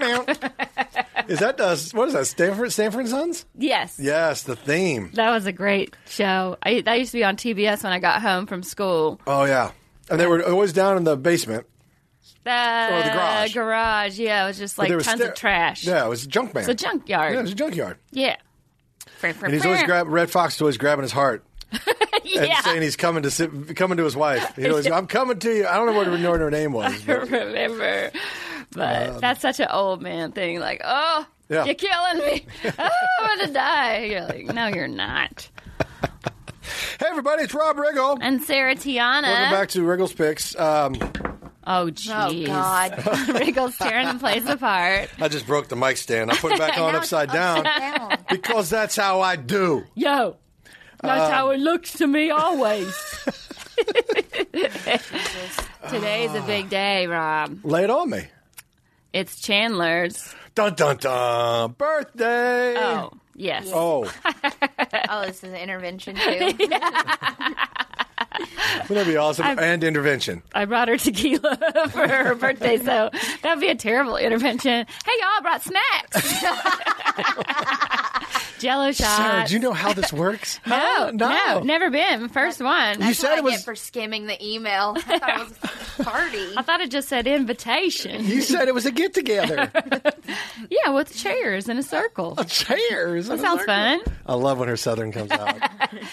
Is that uh, what is that Stanford Stanford and Sons? Yes. Yes, the theme. That was a great show. I, that used to be on TBS when I got home from school. Oh yeah, and they were always down in the basement. The, Or the garage. garage, yeah. It was just but like there tons was of sta- trash. Yeah, it was a junk band. It's a junkyard. Yeah, it was a junkyard. Yeah. And he's always grab Red Fox is always grabbing his heart and yeah. saying he's coming to sit, coming to his wife. He always, I'm coming to you. I don't know what her, what her name was. but- remember. But that's such an old man thing. Like, oh, Um, Yeah. you're killing me. oh, I'm going to die. You're like, no, you're not. hey everybody, it's Rob Riggle. And Sarah Tiana. Welcome back to Riggle's Picks. Um, Oh, jeez. Oh, God. Riggle's tearing the place apart. I just broke the mic stand. I put it back on upside down down. because that's how I do. Yo, that's how it Um, looks to me always. Today's a big day, Rob. Lay it on me. It's Chandler's. Dun dun dun. Birthday. Oh, yes. Oh, Oh, this is an intervention too. wouldn't that be awesome? and intervention. I brought her tequila for her birthday, so that would be a terrible intervention. Hey, y'all, I brought snacks. Jello shots. Sarah, do you know how this works? no, no. no, never been. First one. That's You I what said I it get was. for skimming the email. I thought it was a party. thought it just said invitation. You said it was a get together. Yeah, with chairs in a circle. Oh, Cheers. That sounds fun. I love when her southern comes out.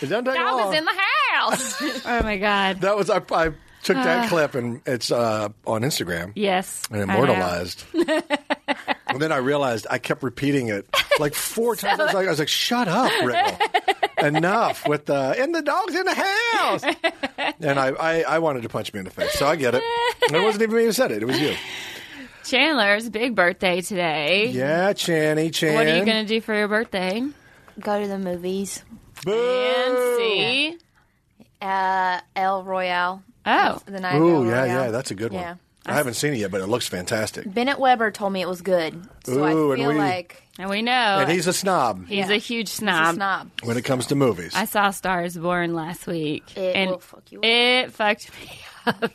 It doesn't take I long. was in the house. oh my god. that was I, I took that clip and it's uh, on Instagram Yes. and I know. immortalized. and then I realized I kept repeating it like four times. I was like, I was like, shut up, Rickle. Enough with the and the dog's in the house. And I, I, I wanted to punch me in the face, so I get it. And it wasn't even me who said it; it was you. Chandler's big birthday today. Yeah, Channy, Chan. What are you going to do for your birthday? Go to the movies. And see. Uh, El Royale. Oh. The night. of El Ooh, yeah, Royale. yeah, that's a good one. Yeah. I haven't seen it yet, but it looks fantastic. Bennett Weber told me it was good, so Ooh, I and feel we- like And we know And he's a snob he's Yeah. a huge it's snob. not. when it comes to movies. I saw Stars Born last week. It and will fuck you up. It fucked me up.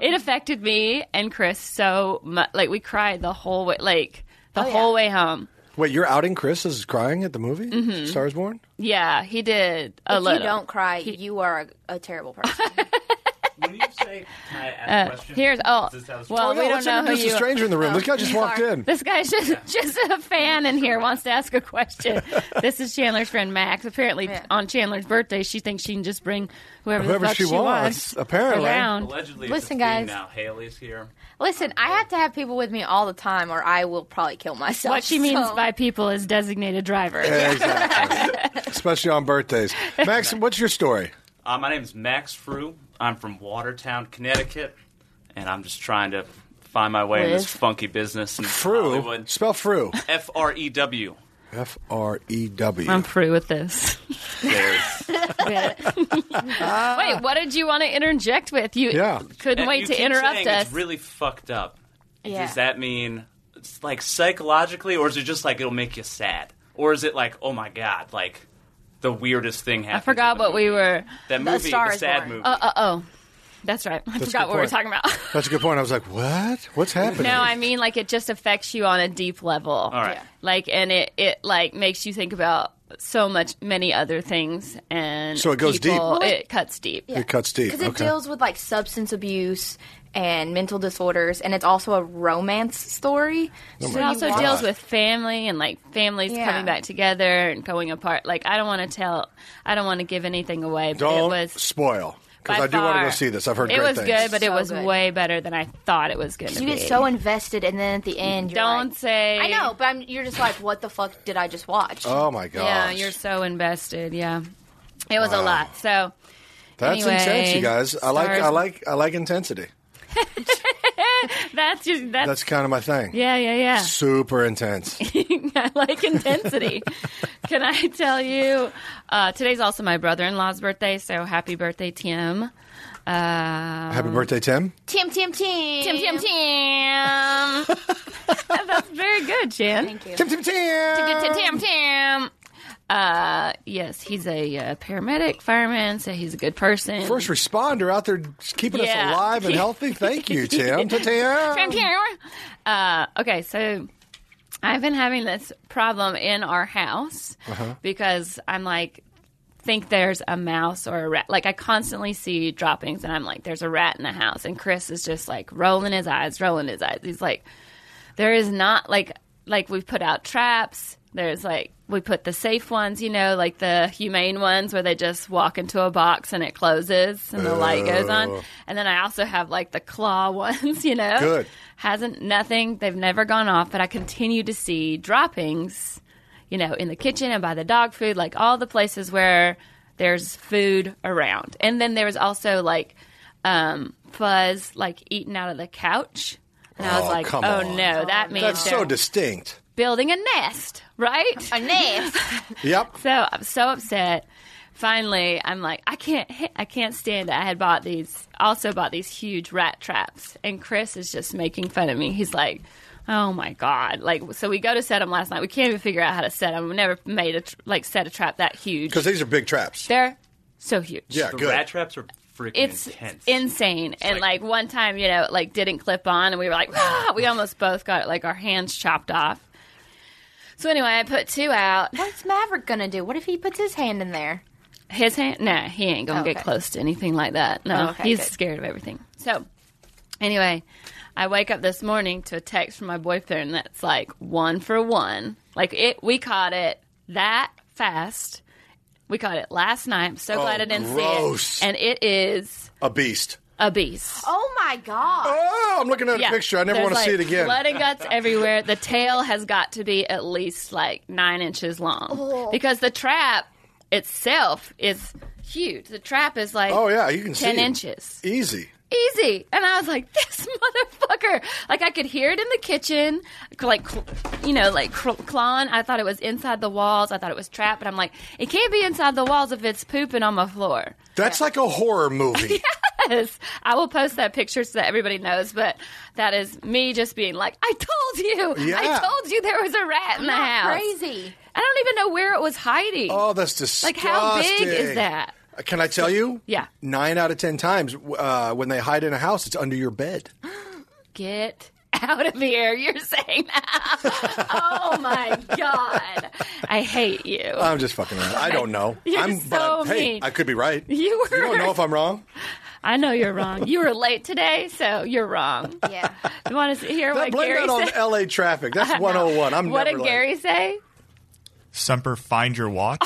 it affected me and Chris so much. Like, we cried the whole way, like, the Oh, yeah. whole way home. Wait, you're outing Chris as crying at the movie? Mm-hmm. Stars Born? Yeah, he did a If little. you don't cry, you are a, a terrible person. When you say, can I ask a question? Here's, oh, This sounds- well, Oh, yeah, we don't let's know who introduce you a stranger in the room. this guy just walked in. This guy's just just a fan in here wants to ask a question. this is Chandler's friend Max. Apparently, Yeah. on Chandler's birthday, she thinks she can just bring whoever, Whoever the fuck she she, wants, wants, apparently. around. Allegedly, Listen, it's a theme guys. Now Haley's here. Listen, I have to have people with me all the time, or I will probably kill myself. What she means so- by people is designated driver. Exactly. Especially on birthdays. Max, what's your story? Uh, my name's Max Frew. I'm from Watertown, Connecticut, and I'm just trying to find my way in this Live. funky business in Frew. Hollywood. Spell Frew. F R E W. F R E W. I'm free with this. There's- Ah. Wait, what did you want to interject with? You Yeah. couldn't And wait you to keep interrupt saying us. It's really fucked up. Yeah. Does that mean it's like psychologically, or is it just like it'll make you sad, or is it like oh my god, like the weirdest thing happened? I forgot what we were. That movie, Star the is sad Born. movie. Uh oh, that's right. I That's a forgot good what we were point. talking about. That's a good point. I was like, what? What's happening? no, I mean like it just affects you on a deep level. All right. Yeah. like and it it like makes you think about so much many other things and So it goes deep. people- Well, it, cuts deep It cuts deep. because it okay. deals with like substance abuse and mental disorders, and it's also a romance story. Oh it also God. deals with family and like families Yeah. coming back together and going apart like i don't want to tell i don't want to give anything away but Don't it was spoil. By I do want to far. go see this. I've heard it great was things. good, but it So was good. way better than I thought it was going to You be. get so invested, and then at the end, you're Don't like- say. I know, but I'm, you're just like, what the fuck did I just watch? Oh my gosh. Yeah, you're so invested. Yeah, it was a Wow. lot. So That's anyway, intense, you guys. I like stars- I like I like intensity. that's just that's, That's kind of my thing. yeah, yeah, yeah. Super intense. I like intensity. Can I tell you? Uh, today's also my brother-in-law's birthday, so happy birthday, Tim. Happy birthday, Tim. Tim, Tim, Tim, Tim, Tim, Tim. that's very good, Jan. Thank you. Tim Tim Tim. Tim, Tim, Tim. Uh, yes, he's a uh, paramedic, fireman, so he's a good person. First responder out there keeping Yeah. us alive and healthy. Thank you, Tim. Tim. Tim. Uh, okay, so I've been having this problem in our house because I'm like, think there's a mouse or a rat. Like, I constantly see droppings, and I'm like, there's a rat in the house. And Chris is just like rolling his eyes, rolling his eyes. He's like, there is not like like we've put out traps there's like we put the safe ones you know like the humane ones where they just walk into a box and it closes and the light goes on and then i also have like the claw ones you know Good. hasn't nothing they've never gone off but i continue to see droppings you know in the kitchen and by the dog food like all the places where there's food around and then there was also like um fuzz like eaten out of the couch and i was Oh, like oh come on. no that means That's so they're distinct. building a nest right A nest. Yep. so i'm so upset finally i'm like i can't hit, i can't stand it i had bought these also bought these huge rat traps and chris is just making fun of me he's like oh my god like so we go to set them last night we can't even figure out how to set them we never made a tr- like set a trap that huge Because these are big traps. they're so huge Yeah, The good. rat traps are freaking it's intense. insane. and like, like- one time, you know, it, like didn't clip on, and we were like, "Ah!" we almost both got like our hands chopped off. So anyway, I put two out. What's Maverick gonna do? What if he puts his hand in there? His hand? Nah, he ain't gonna Oh, Okay. Oh, get close to anything like that. No, Okay, he's good. scared of everything. So anyway, I wake up this morning to a text from my boyfriend that's like one for one. Like it, we caught it that fast. We caught it last night. I'm so glad I didn't Oh, gross. see it. And it is A beast. a beast. Oh my god! Oh, I'm looking at a Yeah. picture. I never There's, want to see like, it again. Blood and guts everywhere. The tail has got to be at least like nine inches long Oh. because the trap itself is huge. The trap is like oh yeah, you can see ten it. inches Easy. easy. And I was like, this motherfucker. Like, I could hear it in the kitchen, like, cl- you know, like cl- clawing. I thought it was inside the walls. I thought it was trapped, but I'm like, it can't be inside the walls if it's pooping on my floor. That's like a horror movie. Yes. I will post that picture so that everybody knows, but that is me just being like, I told you. Yeah. I told you there was a rat in the house. Crazy. I don't even know where it was hiding. Oh, that's disgusting. like, how big is that? Can I tell you? Yeah. Nine out of ten times uh, when they hide in a house, it's under your bed. get out of here. You're saying that. oh my God. I hate you. I'm just fucking around. I don't know. You're I'm so but hey, mean. I could be right. you were. You don't know if I'm wrong. I know you're wrong. You were late today, so you're wrong. Yeah. You want to hear That, what blame Gary that on said? LA traffic. That's 101. I'm what never did late. Gary say? Semper, find your watch.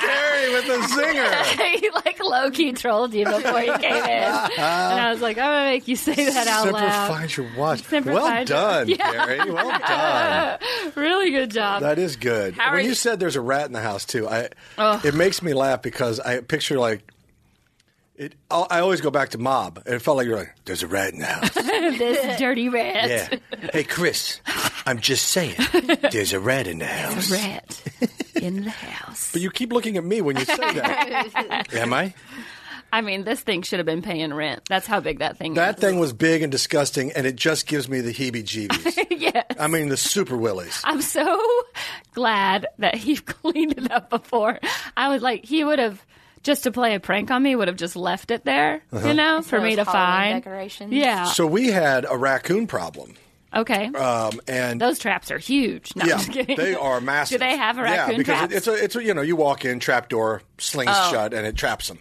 Gary with the zinger. he like low key trolled you before you came in, Uh-huh. and I was like, I'm gonna make you say that out Semper loud. find your watch. Semper well fi- done, Yeah. Gary. Well done. Really good job. That is good. How are when you, you- said there's a rat in the house too, I it makes me laugh because I picture like it. I I always go back to Mob, and it felt like you're like, "There's a rat in the house." this dirty rat. yeah. Hey, Chris, I'm just saying, there's a rat in the house. Rat in the house. But you keep looking at me when you say that. Am I? I mean, this thing should have been paying rent. That's how big that thing That is. thing was big and disgusting, and it just gives me the heebie-jeebies. yes. I mean, the super willies. I'm so glad that he cleaned it up before. I was like, he would have just to play a prank on me would have just left it there, Uh-huh. you know, for those me to Halloween find. decorations. Yeah. So we had a raccoon problem, okay. um, and Those traps are huge. No, I'm yeah, just kidding. they are massive. Do they have a Yeah, raccoon because trap? Oh. it- it's a it's a, you know you walk in, trap door slings shut, and it traps them.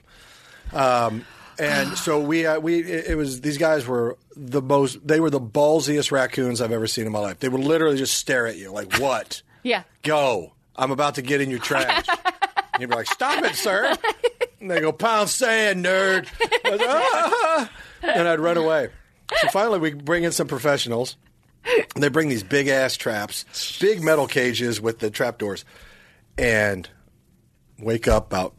Um, and so we uh, we it, it was these guys were the most they were the ballsiest raccoons I've ever seen in my life. They would literally just stare at you like, "What? yeah. Go! I'm about to get in your trash." You'd be like, "Stop it, sir!" And they go, "Pound sand, nerd!" I was like, "Ah!" And I'd run away. So finally, we bring in some professionals. And they bring these big ass traps, big metal cages with the trap doors, and wake up about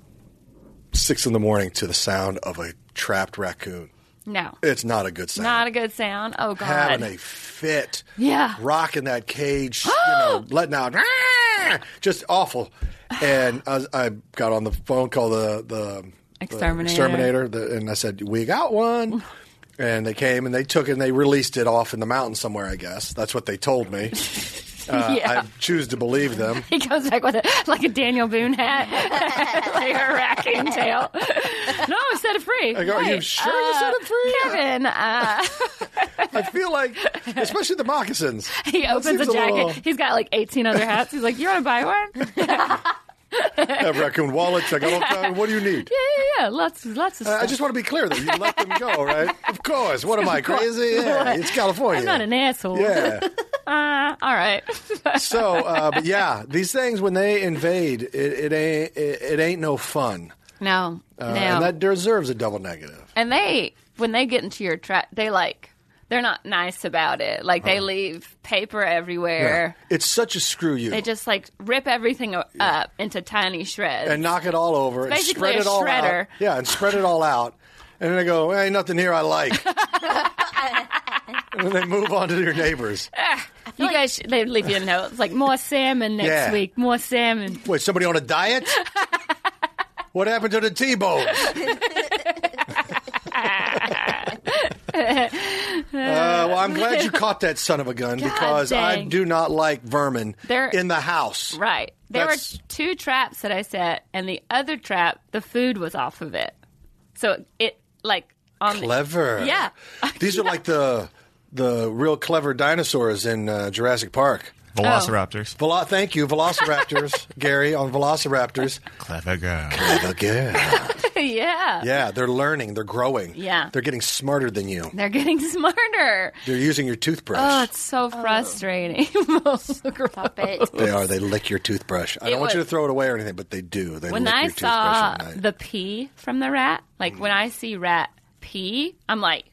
six in the morning to the sound of a trapped raccoon. No. It's not a good sound Not a good sound. Oh, God. having a fit. Yeah. Rocking that cage, you know, letting out, "Rah!" just awful. And I, was- I got on the phone, call the, the the Exterminator. exterminator, the, and I said, We got one. And they came and they took it and they released it off in the mountain somewhere, I guess. That's what they told me. Uh, Yeah. I choose to believe them. He comes back with a, like a Daniel Boone hat, like a raccoon tail. No, I set it free. I go, Are you Wait, sure you set it free? uh, Kevin, uh, I feel like, especially the moccasins. he opens a seems a jacket. little- He's got like 18 other hats. He's like, you want to buy one? Yeah, I have raccoon wallets. I got all kinds. What do you need? yeah, yeah. Lots, lots of I stuff. I just want to be clear, though. You let them go, right? Of course. What am I, course. crazy? Yeah, it's California. I'm not an asshole. Yeah. Uh, all right. So, uh, but yeah, these things when they invade, it, it ain't it, it ain't no fun, No, uh, no. and that deserves a double negative. And they, when they get into your trap, they like, they're not nice about it. Like, Uh-huh. they leave paper everywhere. It's such a screw you, They just like rip everything o- up into tiny shreds. and knock it all over, and basically spread a it all shredder. out. Yeah, and spread it all out, and then they go, "Ain't nothing here I like." And then they move on to your neighbors. you guys, should, they leave you a note. It's like more salmon next Yeah. week. More salmon. Wait, somebody on a diet? what happened to the T-bones? uh, Uh, well, I'm glad you caught that son of a gun because I dang. do not like vermin They're- in the house. Right. There That's- were two traps that I set, and the other trap, the food was off of it. So it like on the- Clever. Yeah. These are like the the real clever dinosaurs in uh, Jurassic Park. Velociraptors. Velo- thank you, Velociraptors, Gary on Velociraptors. Clever girl. Again. Oh. yeah. Yeah, they're learning, they're growing. Yeah. They're getting smarter than you. They're getting smarter. They're using your toothbrush. Oh, it's so frustrating. Stop it. They are. They lick your toothbrush. I don't want you was- to throw it away or anything, but they do. They when lick I your saw toothbrush at night. Mm. the pee from the rat, like when I see rat pee, I'm like,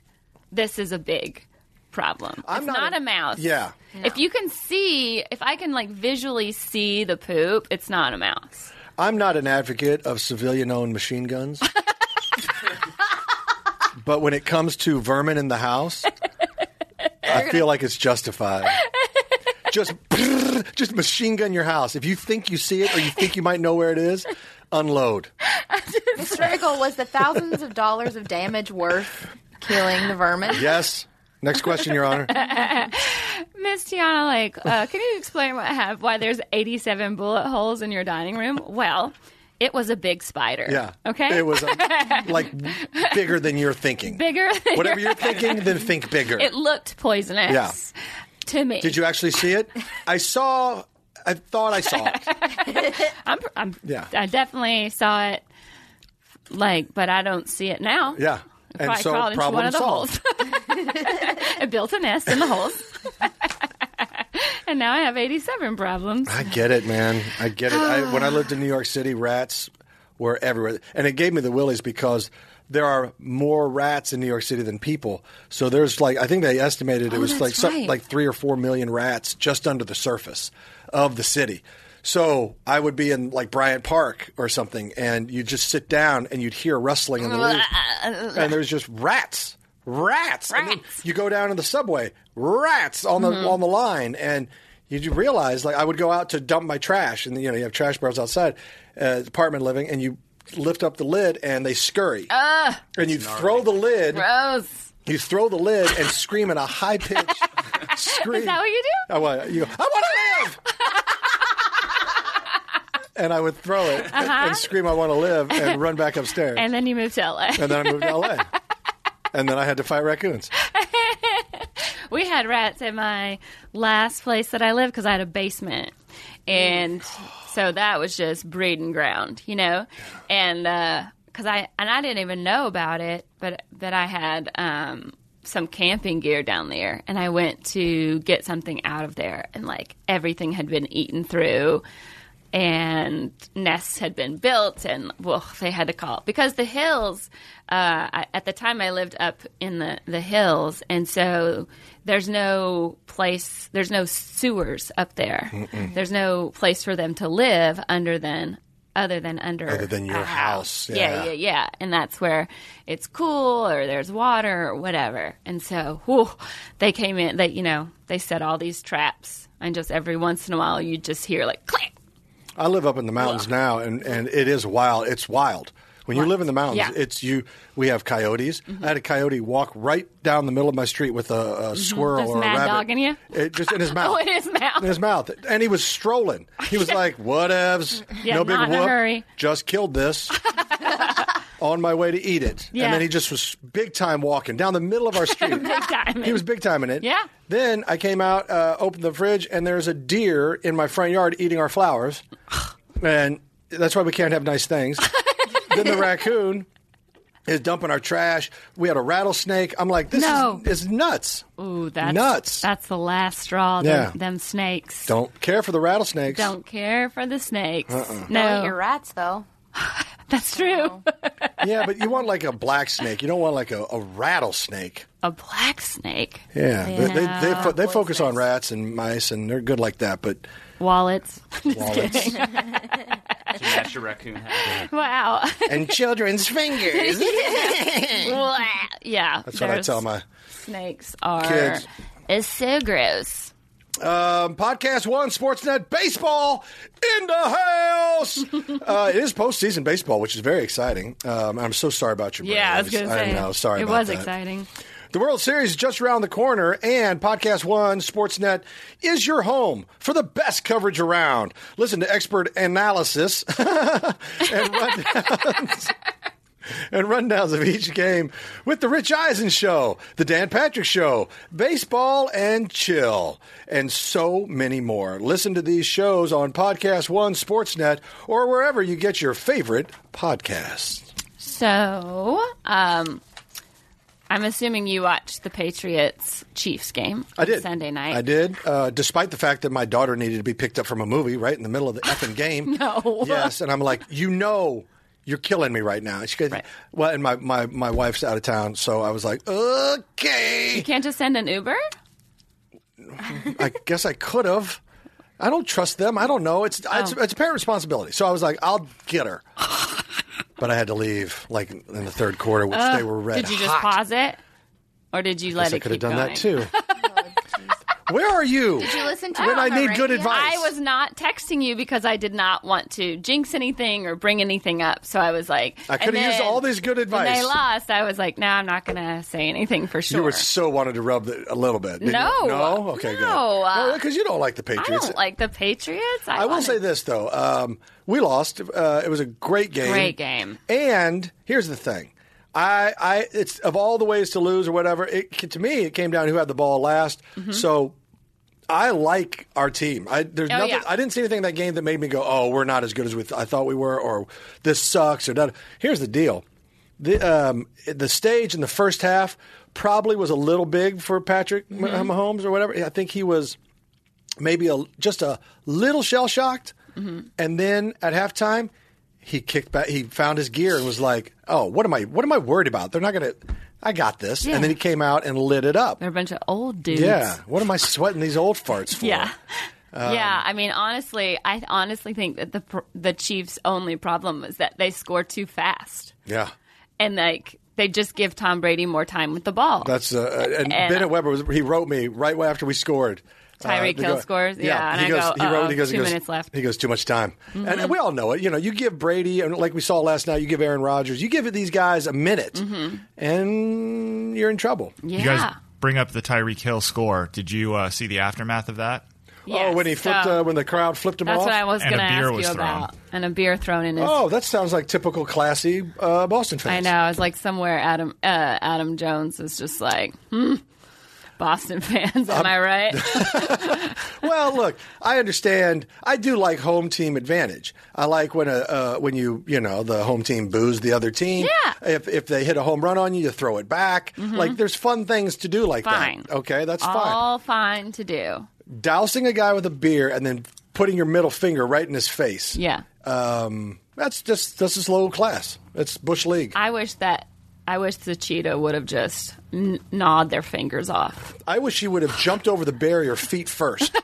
this is a big problem. I'm it's not not a- a, mouse. yeah. If you can see, if I can like visually see the poop, it's not a mouse. I'm not an advocate of civilian-owned machine guns, but when it comes to vermin in the house, I feel like it's justified. Just, just machine gun your house. If you think you see it or you think you might know where it is, unload. This article was the thousands of dollars of damage worth killing the vermin. Yes. Next question, Your Honor. Miss Tiana, like, uh, can you explain what have why there's 87 bullet holes in your dining room? Well, it was a big spider. Yeah. Okay. It was um, like bigger than you're thinking. bigger. than Whatever your- you're thinking, then think bigger. It looked poisonous. To me, Did you actually see it? I saw. I thought I saw it. I'm, I'm, Yeah. I definitely saw it, like, but I don't see it now. Yeah. It probably crawled into one of the holes. it built a nest in the holes, and now I have 87 problems. I get it, man. I get it. I, when I lived in New York City, rats were everywhere, and it gave me the willies because there are more rats in New York City than people. So there's like I think they estimated it was Oh, that's like some- right. like three or four million rats just under the surface of the city. So I would be in like Bryant Park or something, and you just sit down and you'd hear rustling in the leaves, and there's just rats, rats. And then Rats. you go down to the subway, rats on the Mm-hmm. on the line, and you do realize like I would go out to dump my trash, and you know you have trash barrels outside, uh, apartment living, and you lift up the lid and they scurry, and you throw the lid, Gross. you throw the lid and scream in a high pitched scream. Is that what you do? I want you. go, I want to live. and I would throw it and- and scream, "I want to live!" and run back upstairs. Uh-huh. And then you moved to LA. And then I moved to LA. And then I had to fight raccoons. Uh-huh. We had rats at my last place that I lived because I had a basement. And so that was just breeding ground, you know? And, because I, and I didn't even know about it, but, but I had, um, some camping gear down there and I went to get something out of there and like everything had been eaten through and nests had been built, and well, they had to call because the hills. Uh, I, at the time, I lived up in the the hills, and so there's no place, there's no sewers up there. There's no place for them to live under than other than under Other than your a house, yeah. yeah, yeah, yeah. And that's where it's cool or there's water or whatever. And so, whew, they came in, they, you know, they set all these traps. And just every once in a while, you just hear like click. I live up in the mountains now, and, and it is wild. It's wild. When you live in the mountains, Yeah. Mm-hmm. it's you. We have coyotes. I had a coyote walk right down the middle of my street with a, a squirrel There's or mad a rabbit. dog in you? Oh, It just in his mouth. in his mouth. In his mouth. And he was strolling. He was like, "Whatevs, Yeah, no big not in a whoop. hurry. Just killed this." on my way to eat it, Yeah. and then he just was big time walking down the middle of our street. Big time. He was big time in it. Yeah. Then I came out, uh, opened the fridge, and there's a deer in my front yard eating our flowers. and that's why we can't have nice things. then the raccoon is dumping our trash. We had a rattlesnake. I'm like, this No. is, is nuts. Ooh, that's Nuts. That's the last straw. Yeah. Them, them snakes. Don't care for the rattlesnakes. Don't care for the snakes. Uh-uh. Don't No, eat your rats though. that's true. Yeah, but you want like a black snake. You don't want like a, a rattlesnake. A black snake. Yeah, they they, they, fo- they Poisonous. focus on rats and mice, and they're good like that. But Wallets. Just Wallets. kidding. to match your raccoon hat. wow. and children's fingers. yeah. That's what I tell my snakes are. Kids. It's so gross. Um, podcast one, Sportsnet baseball in the house. uh, it is postseason baseball, which is very exciting. Um, I'm so sorry about your. brother. Yeah, I was I'm- going to I'm say. now sorry. It about was that. exciting. The World Series is just around the corner, and Podcast One Sportsnet is your home for the best coverage around. Listen to expert analysis and rundowns. And rundowns of each game with the Rich Eisen Show, the Dan Patrick Show, Baseball and Chill, and so many more. Listen to these shows on Podcast One Sportsnet or wherever you get your favorite podcasts. So, um, I'm assuming you watched the Patriots Chiefs game I did Sunday night. I did, uh, despite the fact that my daughter needed to be picked up from a movie right in the middle of the effing game. No. Yes, and I'm like, you know, you're killing me right now. And She goes, Right. well, and my, my my wife's out of town, so I was like, okay, Can't just send an Uber? I guess I could have. I don't trust them. I don't know. It's Oh. it's, it's parent responsibility. So I was like, I'll get her. But I had to leave like in the third quarter, which they were red Did you just hot. pause it? Or did you let I it could have keep done going? that too. Where are you? Did you listen to When it on I the need good radio? advice. I was not texting you because I did not want to jinx anything or bring anything up. So I was like, I and coulda used then all this good When advice. they lost, I was like, no, I'm not going to say anything for sure. You were so wanted to rub the, a little bit. didn't No. you? no, okay, good. No, uh, because you don't like the I Patriots. don't like the Patriots. I, I will wanted- say this though, um, we lost. Uh, it was a great game. Great game. And here's the thing, I, I, it's of all the ways to lose or whatever. It to me, it came down to who had the ball last. Mm-hmm. So. I like our team. I, there's Oh, nothing. yeah. I didn't see anything in that game that made me go, "Oh, we're not as good as we th- I thought we were," or "This sucks." Or none. here's the deal: the um, the stage in the first half probably was a little big for Patrick Mm-hmm. Mahomes or whatever. I think he was maybe a, just a little shell shocked. Mm-hmm. And then at halftime, he kicked back. He found his gear and was like, "Oh, what am I? What am I worried about? They're not gonna. I got this." Yeah. And then he came out and lit it up. They're a bunch of old dudes. Yeah. What am I sweating these old farts for? Yeah. Um, yeah, I mean, honestly, I honestly think that the pr- the Chiefs' only problem is that they score too fast, Yeah. and like they just give Tom Brady more time with the ball. That's uh, and, And- Bennett Weber was he wrote me right after we scored. Uh, Tyreek they Hill go- scores? Yeah, and he I goes. go, he wrote. He uh-oh, goes. he two goes, minutes left. Mm-hmm. He goes too much time, and we all know it. You know, you give Brady and like we saw last night, you give Aaron Rodgers, you give these guys a minute, Mm-hmm. and you're in trouble. yeah. You guys bring up the Tyreek Hill score. Did you uh, see the aftermath of that? Yes, oh, when he flipped, so uh, when the crowd flipped him that's off. what I was And going to a beer ask you was thrown. about, and a beer thrown in his. Oh, that sounds like typical classy uh, Boston I fans. know. I was like somewhere Adam uh, Adam Jones was just like, hmm, Boston fans, am I right? Well, look, I understand. I do like home team advantage. I like when a uh, when you you know the home team boos the other team. Yeah. Mm-hmm. If if they hit a home run on you, you throw it back. Like there's fun things to do like Fine. that. Okay, that's fine. All fine to do. Dousing a guy with a beer and then putting your middle finger right in his face. Yeah. Um, that's just this is low class. It's bush league. I, I wish that I wish the cheetah would have just n- gnawed their fingers off. wish he would have jumped over the barrier feet first.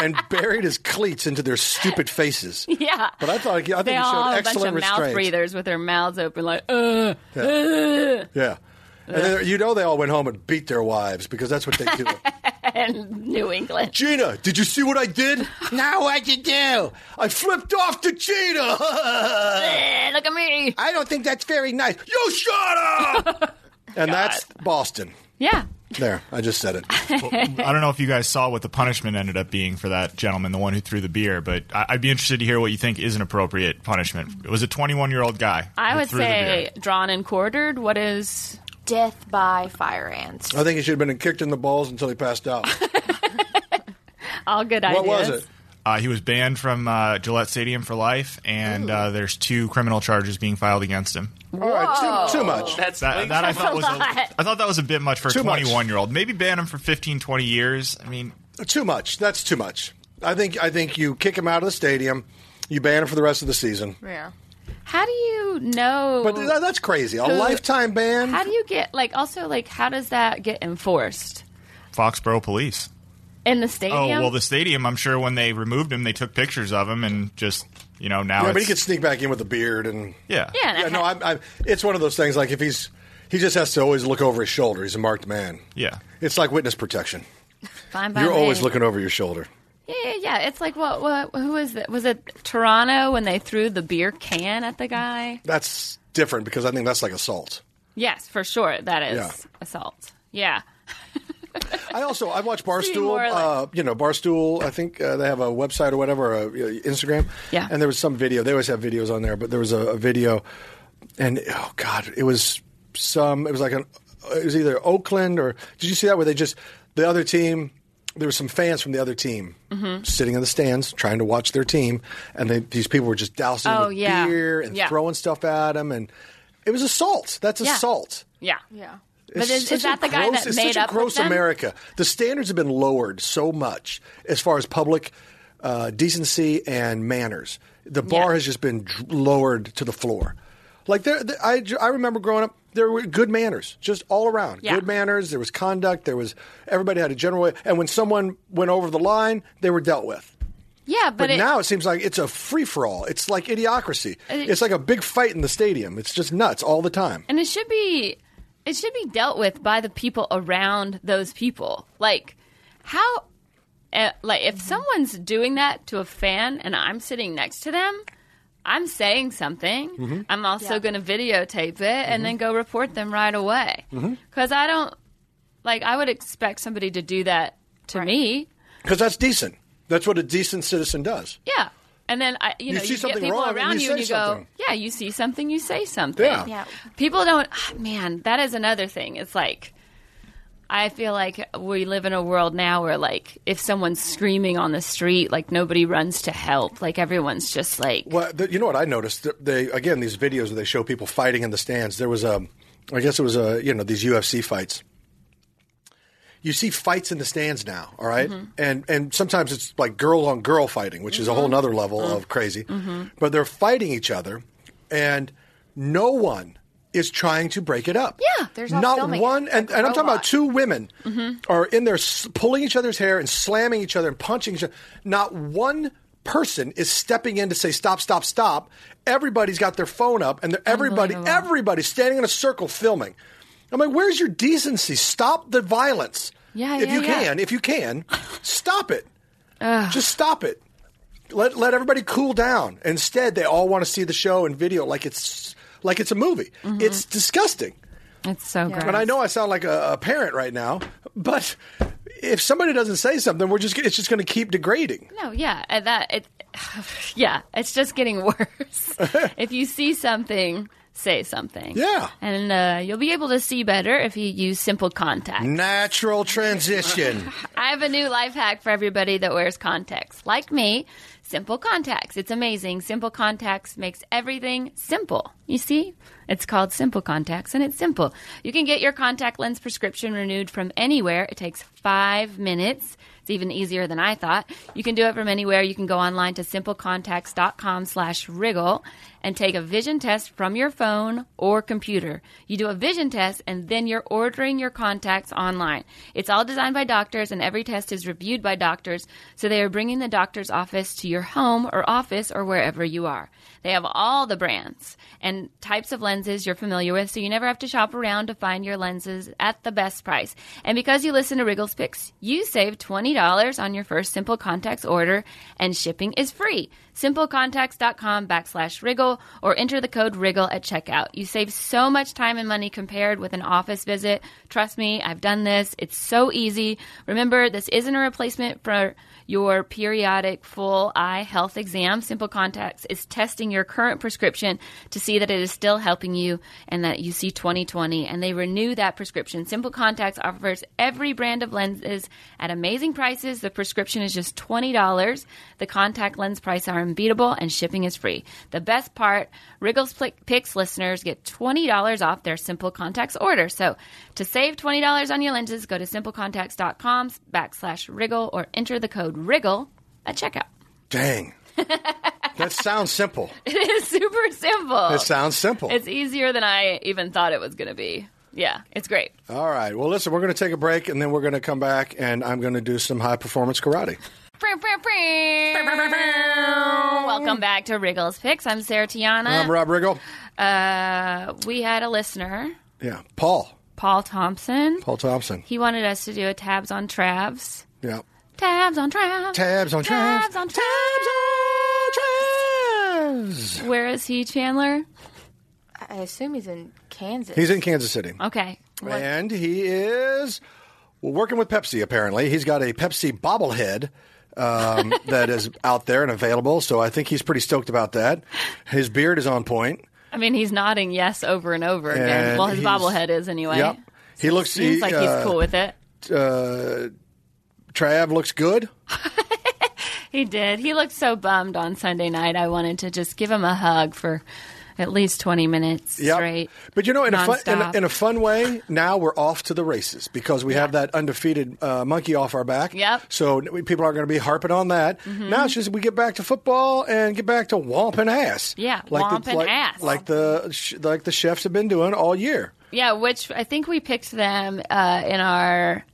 And buried his cleats into their stupid faces. Yeah. But I thought I think they he all showed have a bunch excellent of mouth restraint. breathers with their mouths open, like, uh, Yeah. And then, you know they all went home and beat their wives because that's what they do. and New England. Gina, did you see what I did? now what'd you do? I flipped off the cheetah. Eh, Look at me. I don't think that's very nice. You shut up. and that's Boston. Yeah. There, I just said it. I don't know if you guys saw what the punishment ended up being for that gentleman, the one who threw the beer, but I- I'd be interested to hear what you think is an appropriate punishment. It was a 21 year old guy. I who would threw the say beer. drawn and quartered. What is. Death by fire ants. I think he should have been kicked in the balls until he passed out. All good what ideas. was it? Uh, he was banned from uh, Gillette Stadium for life, and uh, there's two criminal charges being filed against him. All right, too, too much. That's That, that I That's thought a was lot. a, I thought that was a bit much for Too a much. 21 year old. Maybe ban him for 15, 20 years. I mean, Too much. That's too much. I think I think you kick him out of the stadium. You ban him for the rest of the season. Yeah. How do you know? But that- that's crazy. A Who- lifetime ban. how do you get, like, also, like, how does that get enforced? Foxborough police. In the stadium? Oh well, the stadium. I'm sure when they removed him, they took pictures of him and just you know now yeah, but it's he could sneak back in with a beard and yeah Yeah, and yeah. I- No, I'm, I'm, it's one of those things. Like if he's he just has to always look over his shoulder. He's a marked man. yeah. It's like witness protection. fine by You're always me. looking over your shoulder. Yeah, yeah, yeah. It's like what? What? Who was it? Was it Toronto when they threw the beer can at the guy? That's different because I think that's like assault. Yes, for sure. That is Yeah. assault. Yeah. I also I watch Seeing more Barstool. like- Uh, you know Barstool. I think uh, they have a website or whatever, uh, Instagram. Yeah. And there was some video. They always have videos on there, but there was a, a video, and oh god, it was some. It was like an. It was either Oakland or did you see that where they just the other team. There were some fans from the other team Mm-hmm. sitting in the stands trying to watch their team, and they, these people were just dousing Oh, with yeah. beer and Yeah. throwing stuff at them, and it was assault. That's Yeah. assault. Yeah. Yeah. But is, It's is such that a the guy gross- that it's made such up a gross with them? America? The standards have been lowered so much as far as public uh, decency and manners. The bar Yeah. has just been dr- lowered to the floor. Like there, th- I, j- I remember growing up, there were good manners just all around. Yeah. Good manners. There was conduct. There was everybody had a general way. And when someone went over the line, they were dealt with. Yeah, but, But it, Uh, now it seems like it's a free for all. It's like idiocracy. It's like a big fight in the stadium. It's just nuts all the time. and it should be it should be dealt with by the people around those people. Like how? Uh, like if Mm-hmm. someone's doing that to a fan and I'm sitting next to them. I'm saying something. Mm-hmm. I'm also Yeah. going to videotape it and then go report them right away. Mm-hmm. Because I don't, like, I would expect somebody to do that to me. Because that's decent. That's what a decent citizen does. Yeah. And then I, you know, see you, get something people wrong and around you you, and you say go, something. "Yeah, you see something, you say something." Yeah. Yeah. People don't. ah, Man, that is another thing. It's like I feel like we live in a world now where, like, if someone's screaming on the street, like nobody runs to help. Like everyone's just like, Well, th you know what I noticed? Th- They again these videos where they show people fighting in the stands. There was a, I guess it was a you know these UFC fights. You see fights in the stands now, all right? Mm-hmm. and and sometimes it's like girl on girl fighting, which is a Mm-hmm. whole nother level of crazy. But they're fighting each other, and no one is trying to break it up. Yeah, there's all not filming it, one, and, like a and I'm talking about robot. two. two women are in there s- pulling each other's hair and slamming each other and punching each other. Not one person is stepping in to say stop, stop, stop. Everybody's got their phone up and they're- everybody, Unbelievable. everybody's standing in a circle filming. I'm like, where's your decency? Stop the violence. Yeah, if yeah, you yeah. can, if you can, stop it. Just stop it. Let let everybody cool down. Instead, they all want to see the show and video like it's like it's a movie. Mm-hmm. It's disgusting. "It's so gross." And I know I sound like a, a parent right now, but if somebody doesn't say something, we're just it's just going to keep degrading. No, yeah, and that it, yeah, it's just getting worse. if you see something, say something. Yeah. and uh, you'll be able to see better if you use simple contact. Natural transition. I have a new life hack for everybody that wears contacts. Like me, Simple Contacts. It's amazing. Simple Contacts makes everything simple. You see? It's called Simple Contacts and it's simple. You can get your contact lens prescription renewed from anywhere. It takes five minutes. It's even easier than I thought. You can do it from anywhere. You can go online to simplecontacts.com slash wriggle and take a vision test from your phone or computer. You do a vision test and then you're ordering your contacts online. It's all designed by doctors and every test is reviewed by doctors, so they are bringing the doctor's office to your home or office or wherever you are. They have all the brands and types of lenses you're familiar with, so you never have to shop around to find your lenses at the best price. And because you listen to Wriggles Picks, you save $20 on your first Simple Contacts order, and shipping is free. SimpleContacts.com backslash Wriggle or enter the code Wriggle at checkout. You save so much time and money compared with an office visit. Trust me, I've done this. It's so easy. Remember, this isn't a replacement for your periodic full eye health exam. Simple Contacts is testing your current prescription to see that it is still helping you and that you see 2020 and they renew that prescription. Simple Contacts offers every brand of lenses at amazing prices. The prescription is just $20. The contact lens price are unbeatable and shipping is free. The best part, Wriggles Pl- Picks listeners get $20 off their Simple Contacts order. So to save $20 on your lenses, go to simplecontacts.com backslash wriggle or enter the code wriggle at checkout. Dang. that sounds simple. It is super simple. It sounds simple. Oh. It's easier than I even thought it was going to be. Yeah, it's great. All right. Well, listen, we're going to take a break and then we're going to come back and I'm going to do some high performance karate. Uh, Welcome back to Wriggles Picks. I'm Sarah I'm Tiana. Rob Riggle. Uh, we had a listener, Yeah. Paul. Paul Thompson. Paul Thompson. He wanted us to do a tabs on Travs. Yeah. Tabs on Travs. Tabs on Travs. Tabs on Travs. Travs. Where is he, Chandler? I assume he's in Kansas. He's in Kansas City. Okay. And he is well, working with Pepsi, apparently. He's got a Pepsi bobblehead um, that is out there and available. So I think he's pretty stoked about that. His beard is on point. I mean, he's nodding yes over and over again. And Well, his he's- bobblehead is anyway. Yep. He looks Seems he, like uh, he's cool with it. Trav looks good. He did. He looked so bummed on Sunday night. I wanted to just give him a hug for at least 20 minutes Yep. straight. But you know, in a, fun, in, a, Nonstop. in a fun way, now we're off to the races because we have that undefeated uh, monkey off our back. Yep. Mm-hmm. So n- we- people are going to be harping on that. Now it's just we get back to football and get back to whomping ass. Yeah, the, whomping like, ass. Like the, sh- like the chefs have been doing all year. Yeah, which I think we picked them uh, in our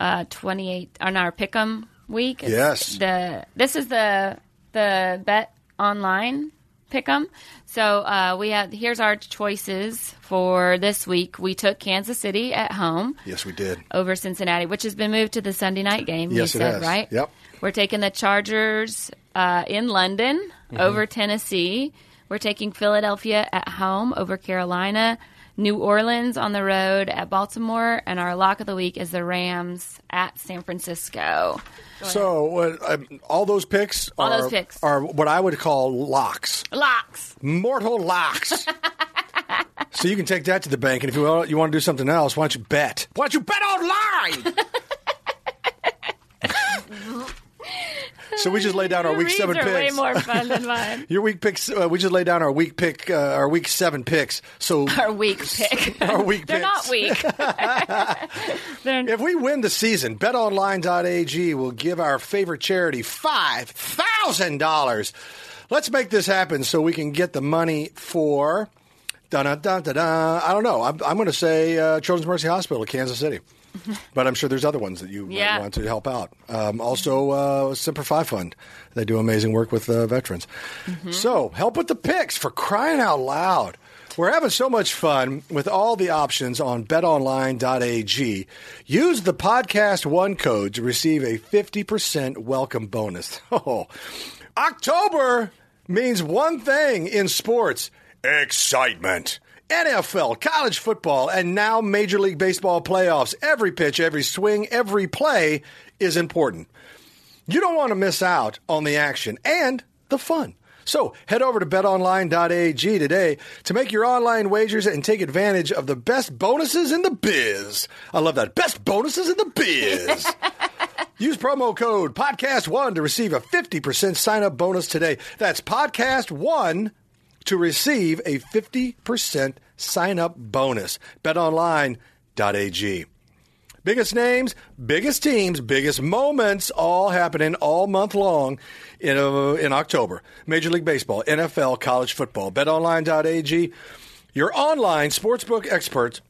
uh, 28 on our pick'em week. It's Yes. The this is the the bet online pick'em. So uh, we have here's our choices for this week. We took Kansas City at home Yes, we did. over Cincinnati, which has been moved to the Sunday night game. Yes, you it said has. right. Yep. We're taking the Chargers uh, in London Mm-hmm. over Tennessee. We're taking Philadelphia at home over Carolina. New Orleans on the road at Baltimore, and our lock of the week is the Rams at San Francisco. So uh, um, all those picks All are those picks. are what I would call locks, Locks. mortal locks. so you can take that to the bank, and if you want, you want to do something else, why don't you bet? Why don't you bet online? so we just laid down our week Reads seven are way picks. more fun than mine. Your week picks. Uh, we just laid down our week pick. Uh, our week seven picks. So Our weak pick. Our weak They're picks. not weak. They're If we win the season, betonline.ag will give our favorite charity $5,000. Let's make this happen so we can get the money for. Dun, dun, dun, dun, dun. I don't know. I'm, I'm going to say uh, Children's Mercy Hospital of Kansas City. But I'm sure there's other ones that you might Yeah. want to help out. Um, also, uh, Semper Fi Fund. They do amazing work with uh, veterans. So, help with the picks for crying out loud. We're having so much fun with all the options on betonline.ag. Use the podcast one code to receive a 50% welcome bonus. Oh, October means one thing in sports excitement. NFL, college football, and now Major League Baseball playoffs. Every pitch, every swing, every play is important. You don't want to miss out on the action and the fun. So head over to betonline.ag today to make your online wagers and take advantage of the best bonuses in the biz. I love that. Best bonuses in the biz. Use promo code podcast1 to receive a 50% sign up bonus today. That's podcast1 to receive a 50% sign up bonus. BetOnline.ag. Biggest names, biggest teams, biggest moments, all happening all month long in, uh, in October. Major League Baseball, NFL, college football. BetOnline.ag, your online sportsbook expert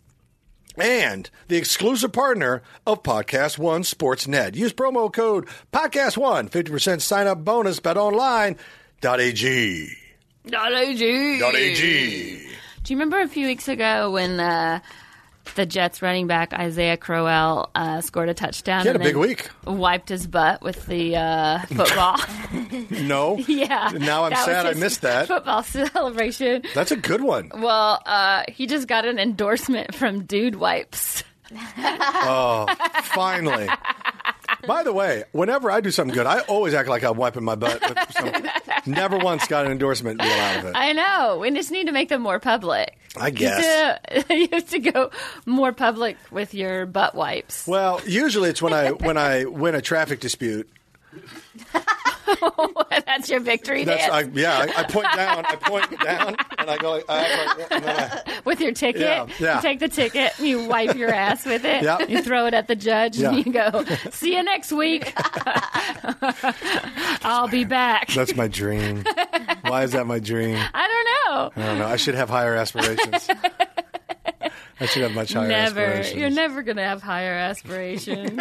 and the exclusive partner of Podcast One Sportsnet. Use promo code Podcast One, 50% sign up bonus, betonline.ag. Not AG. .ag. Do you remember a few weeks ago when uh, the Jets running back Isaiah Crowell uh, scored a touchdown? He had and a big then week. Wiped his butt with the uh, football. No. yeah. Now I'm That was sad I his missed that. Football celebration. That's a good one. Well, uh, he just got an endorsement from Dude Wipes. Finally. By the way, whenever I do something good, I always act like I'm wiping my butt. With some, never once got an endorsement deal out of it. I know. We just need to make them more public. I You have to- you have to go more public with your butt wipes. Well, usually it's when I when I win a traffic dispute. That's your victory That's I, dance yeah. I, I point down. I point down, and I go. Like, I act like, and then I, with your ticket. Yeah, yeah. You take the ticket and you wipe your ass with it. Yep. You throw it at the judge Yeah. and you go, "See you next week. I'll be back." That's my dream. Why is that my dream? I don't I know. don't know. I should have higher aspirations. I should have much higher Never. aspirations. You're never going to have higher aspirations.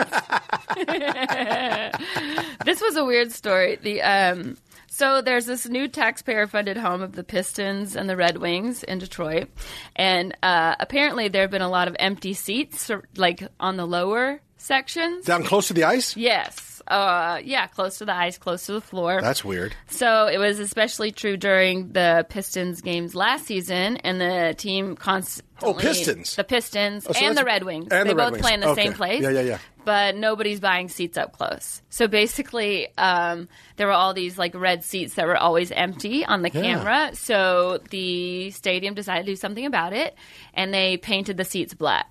this was a weird story. The um so there's this new taxpayer-funded home of the Pistons and the Red Wings in Detroit, and uh, apparently there have been a lot of empty seats, or- like on the lower sections. Down close to the ice? Yes, uh, yeah, close to the ice, close to the floor. That's weird. So it was especially true during the Pistons games last season, and the team constantly. Oh, Pistons. Oh, The Pistons so and that's- the Red Wings. and they the Red both Wings. play in the Okay. same place. Yeah, yeah, yeah. But nobody's buying seats up close. So basically, um, there were all these like red seats that were always empty on the Yeah. camera. So the stadium decided to do something about it, and they painted the seats black.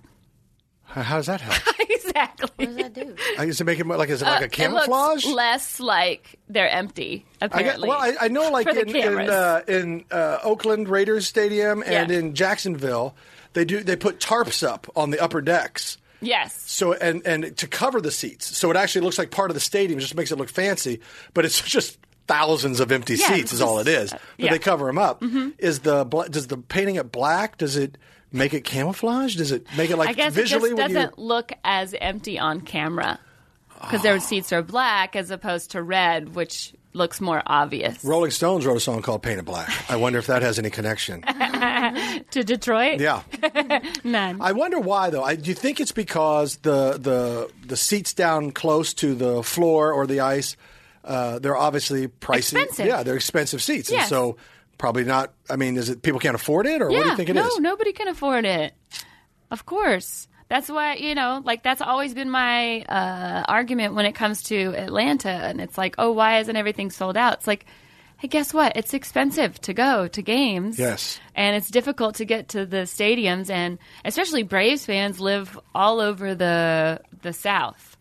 How how does that help? exactly. What does that do? Is it making like is it like a Uh, It camouflage? looks less like they're empty. I got, Apparently, well, I, I know like For the in in, cameras. uh, in uh, Oakland Raiders Stadium and Yeah. in Jacksonville, they do they put tarps up on the upper decks. yes. So and and to cover the seats, so it actually looks like part of the stadium. It just makes it look fancy, but it's just thousands of empty Yeah, seats it's is all it just- is. But yeah. Mm-hmm. they cover them up. Is the bla- does the painting it black? Does it make it camouflage? Does it make it like I guess visually it when just doesn't you? look as empty on camera because their seats are black as opposed to red, which looks more obvious Rolling Stones wrote a song called "Painted Black." I wonder if that has any connection. to Detroit. Yeah, none. I wonder why though. I, do you think it's because the the the seats down close to the floor or the ice? Uh, they're obviously pricey. Expensive. Yeah, they're expensive seats, and Yes. so probably not. I mean, is it people can't afford it, or yeah, what do you think it is? no, nobody can afford it. Of course. That's why, you know, like that's always been my uh, argument when it comes to Atlanta. And it's like, oh, why isn't everything sold out? It's like, hey, guess what? It's expensive to go to games. Yes. And it's difficult to get to the stadiums. And especially Braves fans live all over the, the South.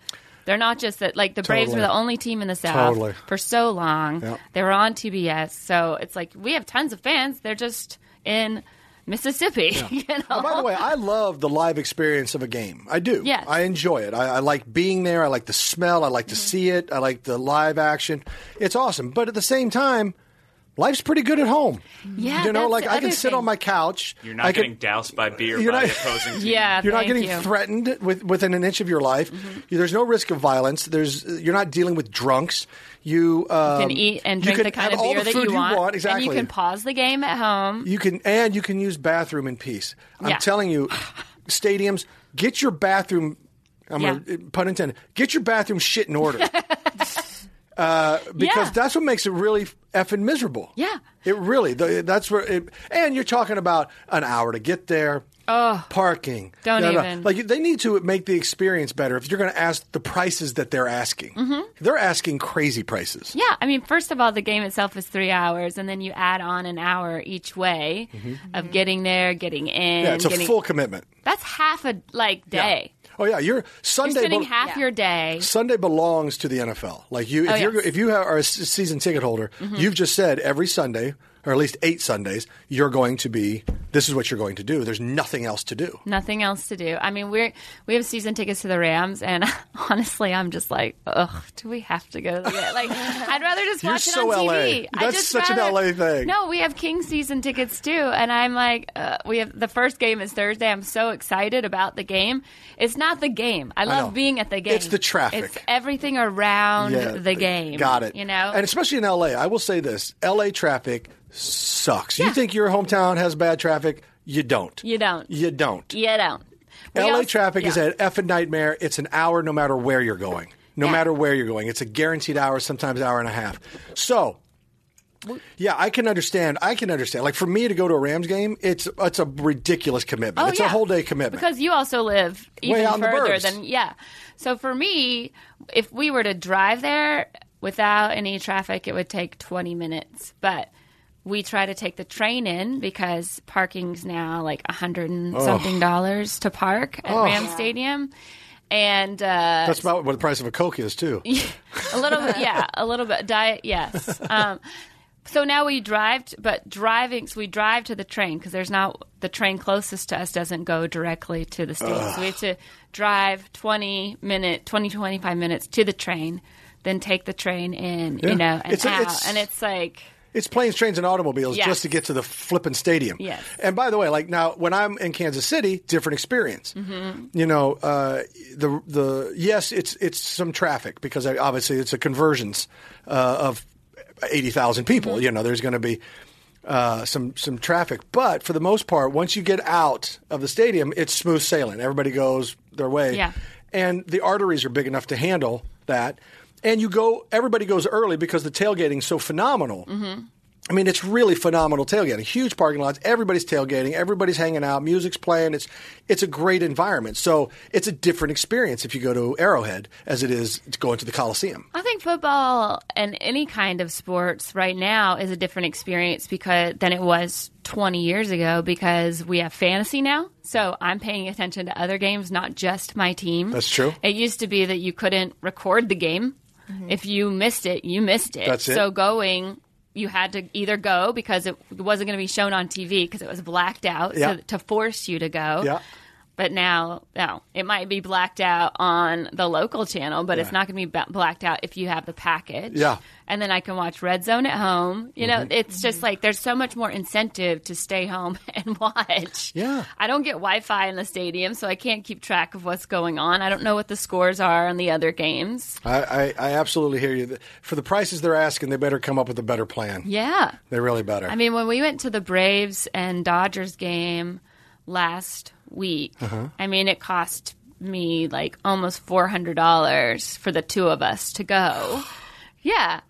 They're not just that, like, the Braves were Totally. the only team in the South Totally. for so long. Yeah. They were on TBS, so it's like we have tons of fans. They're just in Mississippi. you know? By the way, I love the live experience of a game. I do. Yes. Mm-hmm. I enjoy it. I, I like being there. I like the smell. I like to see it. I like the live action. It's awesome. But at the same time, life's pretty good at home. Yeah, You know, that's like the I can other sit thing. on my couch. You're not I can- getting doused by beer You're by not- the opposing team. yeah, You're not thank getting you. Mm-hmm. threatened with, within an inch of your life. You- There's no risk of violence. There's you're not dealing with drunks. You, um, can eat and you drink can the kind have of all beer the that food you want. Exactly. And you can pause the game at home. You can- and you can use bathroom in peace. I'm Yeah. telling you, stadiums get your bathroom. I'm Yeah. gonna, pun intended. Get your bathroom shit in order. Uh, because yeah. that's what makes it really effing miserable. Yeah. it really. th- That's where. It, and you're talking about an hour to get there. Oh, parking. Don't even. Like they need to make the experience better. If you're going to ask the prices that they're asking, they're asking crazy prices. Mm-hmm. Yeah, I mean, first of all, the game itself is three hours, and then you add on an hour each way of getting there, getting in. Mm-hmm. Yeah, it's a getting- full commitment. That's half a like day. Oh yeah, you're You're Sunday. spending bel- half Yeah. your day. Sunday belongs to the NFL. Like you, if Oh, you're yes. Mm-hmm. if you are a s- season ticket holder, you've just said every Sunday or at least eight Sundays you're going to be. This is what you're going to do. There's nothing else to do. Nothing else to do. I mean, we're we have season tickets to the Rams, and honestly, I'm just like, ugh, do we have to go? To the Rams? Like, I'd rather just You're watch it so on LA. TV. I That's just such an rather- LA thing. No, we have King season tickets too, and I'm like, uh, we have the first game is Thursday. I'm so excited about the game. It's not the game. I love know. being at the game. It's the traffic. It's everything around the game. Got it. You know, and especially in LA. I will say this: LA traffic sucks. You Yeah. think your hometown has bad traffic? You don't. You don't. You don't. you don't. We LA also- traffic is yeah. an effing nightmare. It's an hour no matter where you're going. No Yeah. matter where you're going. It's a guaranteed hour, sometimes hour and a half. So yeah, I can understand. I can understand. Like for me to go to a Rams game, it's it's a ridiculous commitment. Oh, it's yeah. a whole day commitment. Because you also live even out in the further burbs. than yeah. So for me, if we were to drive there without any traffic, it would take twenty minutes. But we try to take the train in because parking's now like a hundred and something dollars to park at Ram Stadium. And uh, That's about what the price of a Coke is too. a little bit, yeah, a little bit. Diet, yes. Um, so now we drive, t- but driving, so we drive to the train because there's not the train closest to us doesn't go directly to the stadium. So we have to drive 20 minute, 20, 25 minutes to the train, then take the train in, Yeah. you know, and It's a- out. it's- and it's like, It's planes, trains, and automobiles Yes. just to get to the flippin' stadium. Yes. And by the way, like now, when I'm in Kansas City, different experience. Mm-hmm. You know, uh, the the yes, it's it's some traffic because I, obviously it's a conversions uh, of eighty thousand people. Mm-hmm. You know, there's going to be uh, some some traffic, but for the most part, once you get out of the stadium, it's smooth sailing. Everybody goes their way Yeah. and the arteries are big enough to handle that. And you go, everybody goes early because the tailgating's so phenomenal. Mm-hmm. I mean, it's really phenomenal tailgating. Huge parking lots, everybody's tailgating, everybody's hanging out, music's playing. It's it's a great environment. So it's a different experience if you go to Arrowhead as it is to going to the Coliseum. I think football and any kind of sports right now is a different experience because than it was 20 years ago because we have fantasy now. So I'm paying attention to other games, not just my team. That's true. It used to be that you couldn't record the game. If you missed it, you missed it. That's it. So going, you had to either go because it wasn't going to be shown on TV because it was blacked out Yeah. so, to force you to go. Yeah. But now, no, it might be blacked out on the local channel, but it's not going to be ba- blacked out if you have the package. Yeah. Mm-hmm. And then I can watch Red Zone at home. You know, it's just like there's so much more incentive to stay home and watch. Yeah. I don't get Wi Fi in the stadium, so I can't keep track of what's going on. I don't know what the scores are on the other games. I, I, I absolutely hear you. For the prices they're asking, they better come up with a better plan. Yeah. They really better. I mean, when we went to the Braves and Dodgers game last week, I mean, it cost me like almost $400 for the two of us to go. yeah.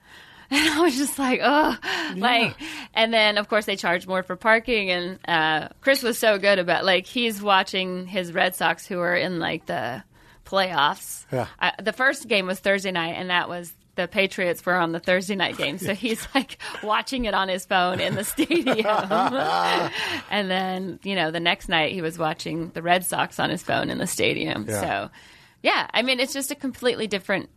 And I was just like, oh, like, and then of course they charge more for parking. And uh, Chris was so good about like he's watching his Red Sox who are in like the playoffs. Yeah. I, the first game was Thursday night, and that was the Patriots were on the Thursday night game. So he's like watching it on his phone in the stadium. and then you know the next night he was watching the Red Sox on his phone in the stadium. Yeah. So yeah, I mean it's just a completely different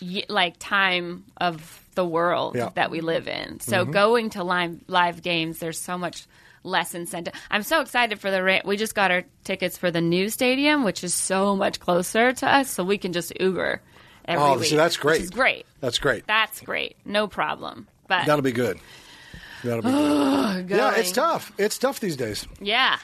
y- like time of the world Yeah. Mm-hmm. that we live in. So going to live live games, there's so much less incentive. I'm so excited for the ra- we just got our tickets for the new stadium, which is so much closer to us, so we can just Uber every Oh, week. see, that's which great. Uh, is great. That's great. That's great. No problem. But That'll be good. That'll be good. yeah, it's going- tough. It's tough these days. Yeah.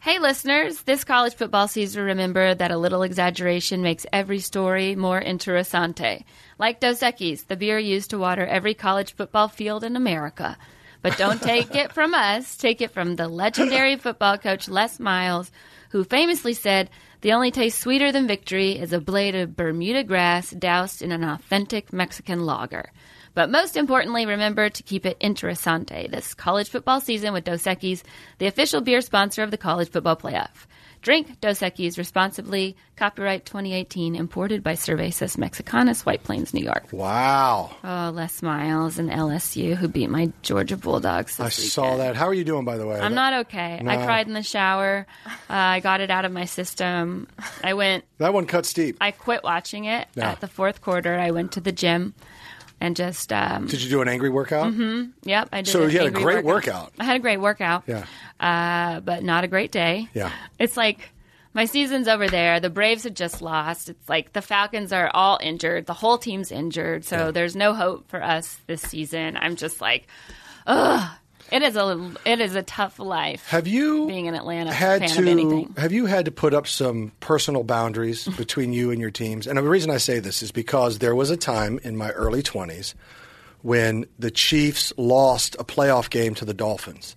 Hey, listeners, this college football season, remember that a little exaggeration makes every story more interessante. Like Dos Equis, the beer used to water every college football field in America. But don't take it from us, take it from the legendary football coach Les Miles, who famously said, The only taste sweeter than victory is a blade of Bermuda grass doused in an authentic Mexican lager. But most importantly, remember to keep it interessante this college football season with Dos Equis, the official beer sponsor of the college football playoff. Drink Dos Equis responsibly. Copyright 2018, imported by Cervezas Mexicanas, White Plains, New York. Wow. Oh, Les Miles and LSU, who beat my Georgia Bulldogs. This I saw weekend. that. How are you doing, by the way? I'm not okay. I No. cried in the shower. Uh, I got it out of my system. I went. That one cut steep. I quit watching it Yeah. at the fourth quarter. I went to the gym and just. Um, Did you do an angry workout? Mm-hmm. yep, I did. So an you had a angry great workout. I had a great workout. Yeah. uh, but not a great day. Yeah. It's like my season's over there. The Braves have just lost. It's like the Falcons are all injured. The whole team's injured. So there's no hope for us this season. I'm just like, ugh. It is a it is a tough life. Have you being in Atlanta had fan to of anything? have you had to put up some personal boundaries between you and your teams? And the reason I say this is because there was a time in my early 20s when the Chiefs lost a playoff game to the Dolphins.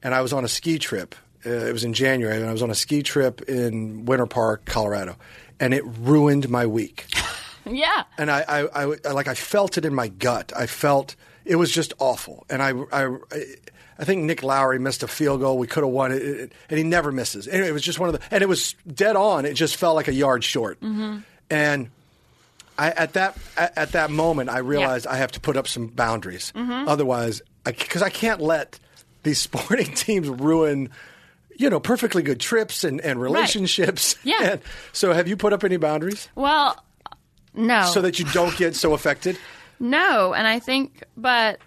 And I was on a ski trip. Uh, it was in January and I was on a ski trip in Winter Park, Colorado, and it ruined my week. yeah. and I, I, I- I- like I felt it in my gut. I felt it was just awful, and I, I, I think Nick Lowry missed a field goal. We could have won it, it- and he never misses. Anyway, it was just one of the, and it was dead on. It just felt like a yard short, and. I, at that at, at that moment, I realized I have to put up some boundaries. Otherwise, because I, can't let these sporting teams ruin, you know, perfectly good trips and, and relationships. Yeah. And so, have you put up any boundaries? Well, no. so that you don't get so affected. No, and I think, but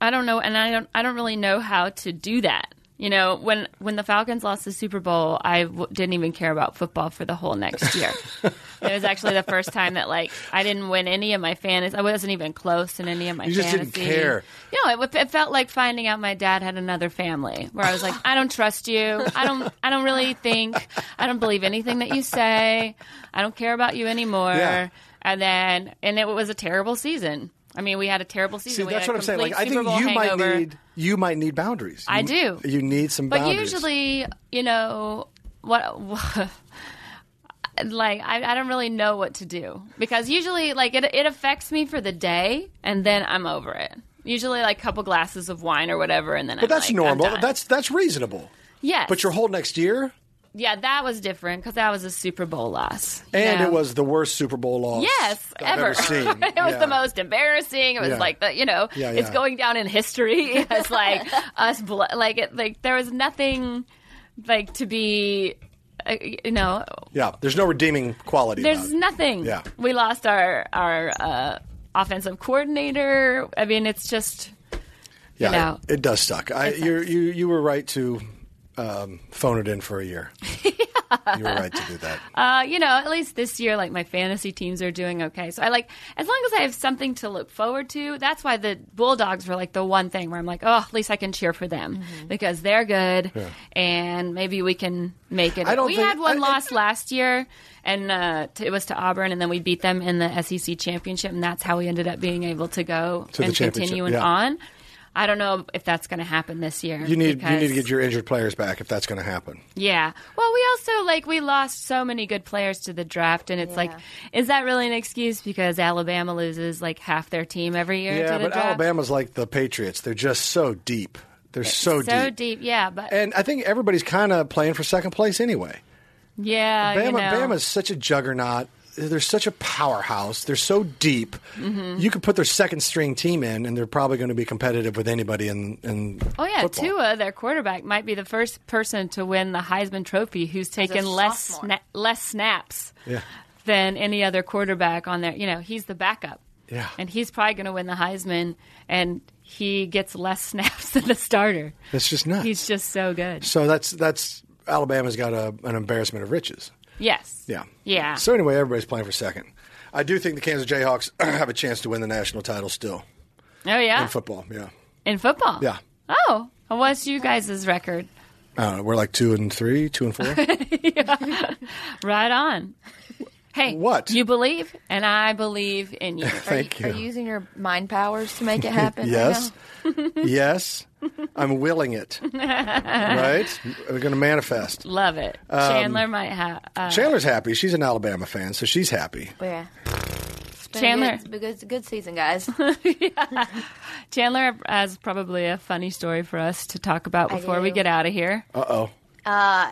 I don't know, and I don't, I don't really know how to do that. You know, when when the Falcons lost the Super Bowl, I w- didn't even care about football for the whole next year. it was actually the first time that like I didn't win any of my fantasy. I wasn't even close in any of my. You just didn't fantasy. care. No, it, w- it felt like finding out my dad had another family, where I was like, I don't trust you. I don't. I don't really think. I don't believe anything that you say. I don't care about you anymore Yeah. and then and it was a terrible season. I mean, we had a terrible season. See, we that's had what a I'm saying. Like, complete I Super think Bowl you might hangover. need you might need boundaries. I You- do. You need some but boundaries. usually, you know what. Like I, I don't really know what to do because usually like it it affects me for the day and then I'm over it. Usually like a couple glasses of wine or whatever and then but that's normal. i That's that's reasonable. yes. But your whole next year, yeah, that was different because that was a Super Bowl loss. you and know? it was the worst Super Bowl loss. Yes, I've ever. seen. it was the most embarrassing. It was Yeah. like the you know, Yeah, it's yeah. going down in history as like us, blo- like it, like there was nothing like to be, uh, you know, Yeah, there's no redeeming quality. there's about it. nothing. Yeah. we lost our our uh, offensive coordinator. I mean, it's just yeah, know. it, it does suck. I, you you you were right to um, phone it in for a year. You were right to do that. uh, you know, at least this year, like my fantasy teams are doing okay. So I like, as long as I have something to look forward to, that's why the Bulldogs were like the one thing where I'm like, oh, at least I can cheer for them because they're good and maybe we can make it. I don't we think- had one I- loss last year and uh, t- it was to Auburn and then we beat them in the SEC championship and that's how we ended up being able to go To the and championship, continuing yeah. on. I don't know if that's going to happen this year. You need you need because- to get your injured players back if that's going to happen. yeah. Well, we also like we lost so many good players to the draft, and it's like, is that really an excuse? Because Alabama loses like half their team every year. Yeah, to the but draft. Alabama's like the Patriots. They're just so deep. They're so, so deep. Yeah, but And I think everybody's kind of playing for second place anyway. yeah, Bama, Uh, you know. Bama's such a juggernaut. They're such a powerhouse. They're so deep. Mm-hmm. You could put their second string team in, and they're probably going to be competitive with anybody in. in Oh yeah, football. Tua, their quarterback, might be the first person to win the Heisman Trophy who's taken less sophomore. sna- less snaps Yeah. than any other quarterback on there. You know, he's the backup. Yeah. and he's probably going to win the Heisman, and he gets less snaps than the starter. That's just nuts. He's just so good. so that's that's Alabama's got a, an embarrassment of riches. Yes. Yeah. Yeah. So anyway, everybody's playing for second. I do think the Kansas Jayhawks have a chance to win the national title still Oh yeah. in football. Yeah. In football. Yeah. Oh, what's you guys' record? I don't know, Uh, we're like two and three, two and four. Right on. Hey, What? you believe, and I believe in you. Are Thank you, Are you. you using your mind powers to make it happen? right Yes. now? yes. I'm willing it. right? We're going to manifest. Love it. Um, Chandler might have. Uh, Chandler's happy. She's an Alabama fan, so she's happy. Yeah. It's been a Chandler. good- It's been a good, good season, guys. Chandler has probably a funny story for us to talk about I before we do. get out of here. Uh oh.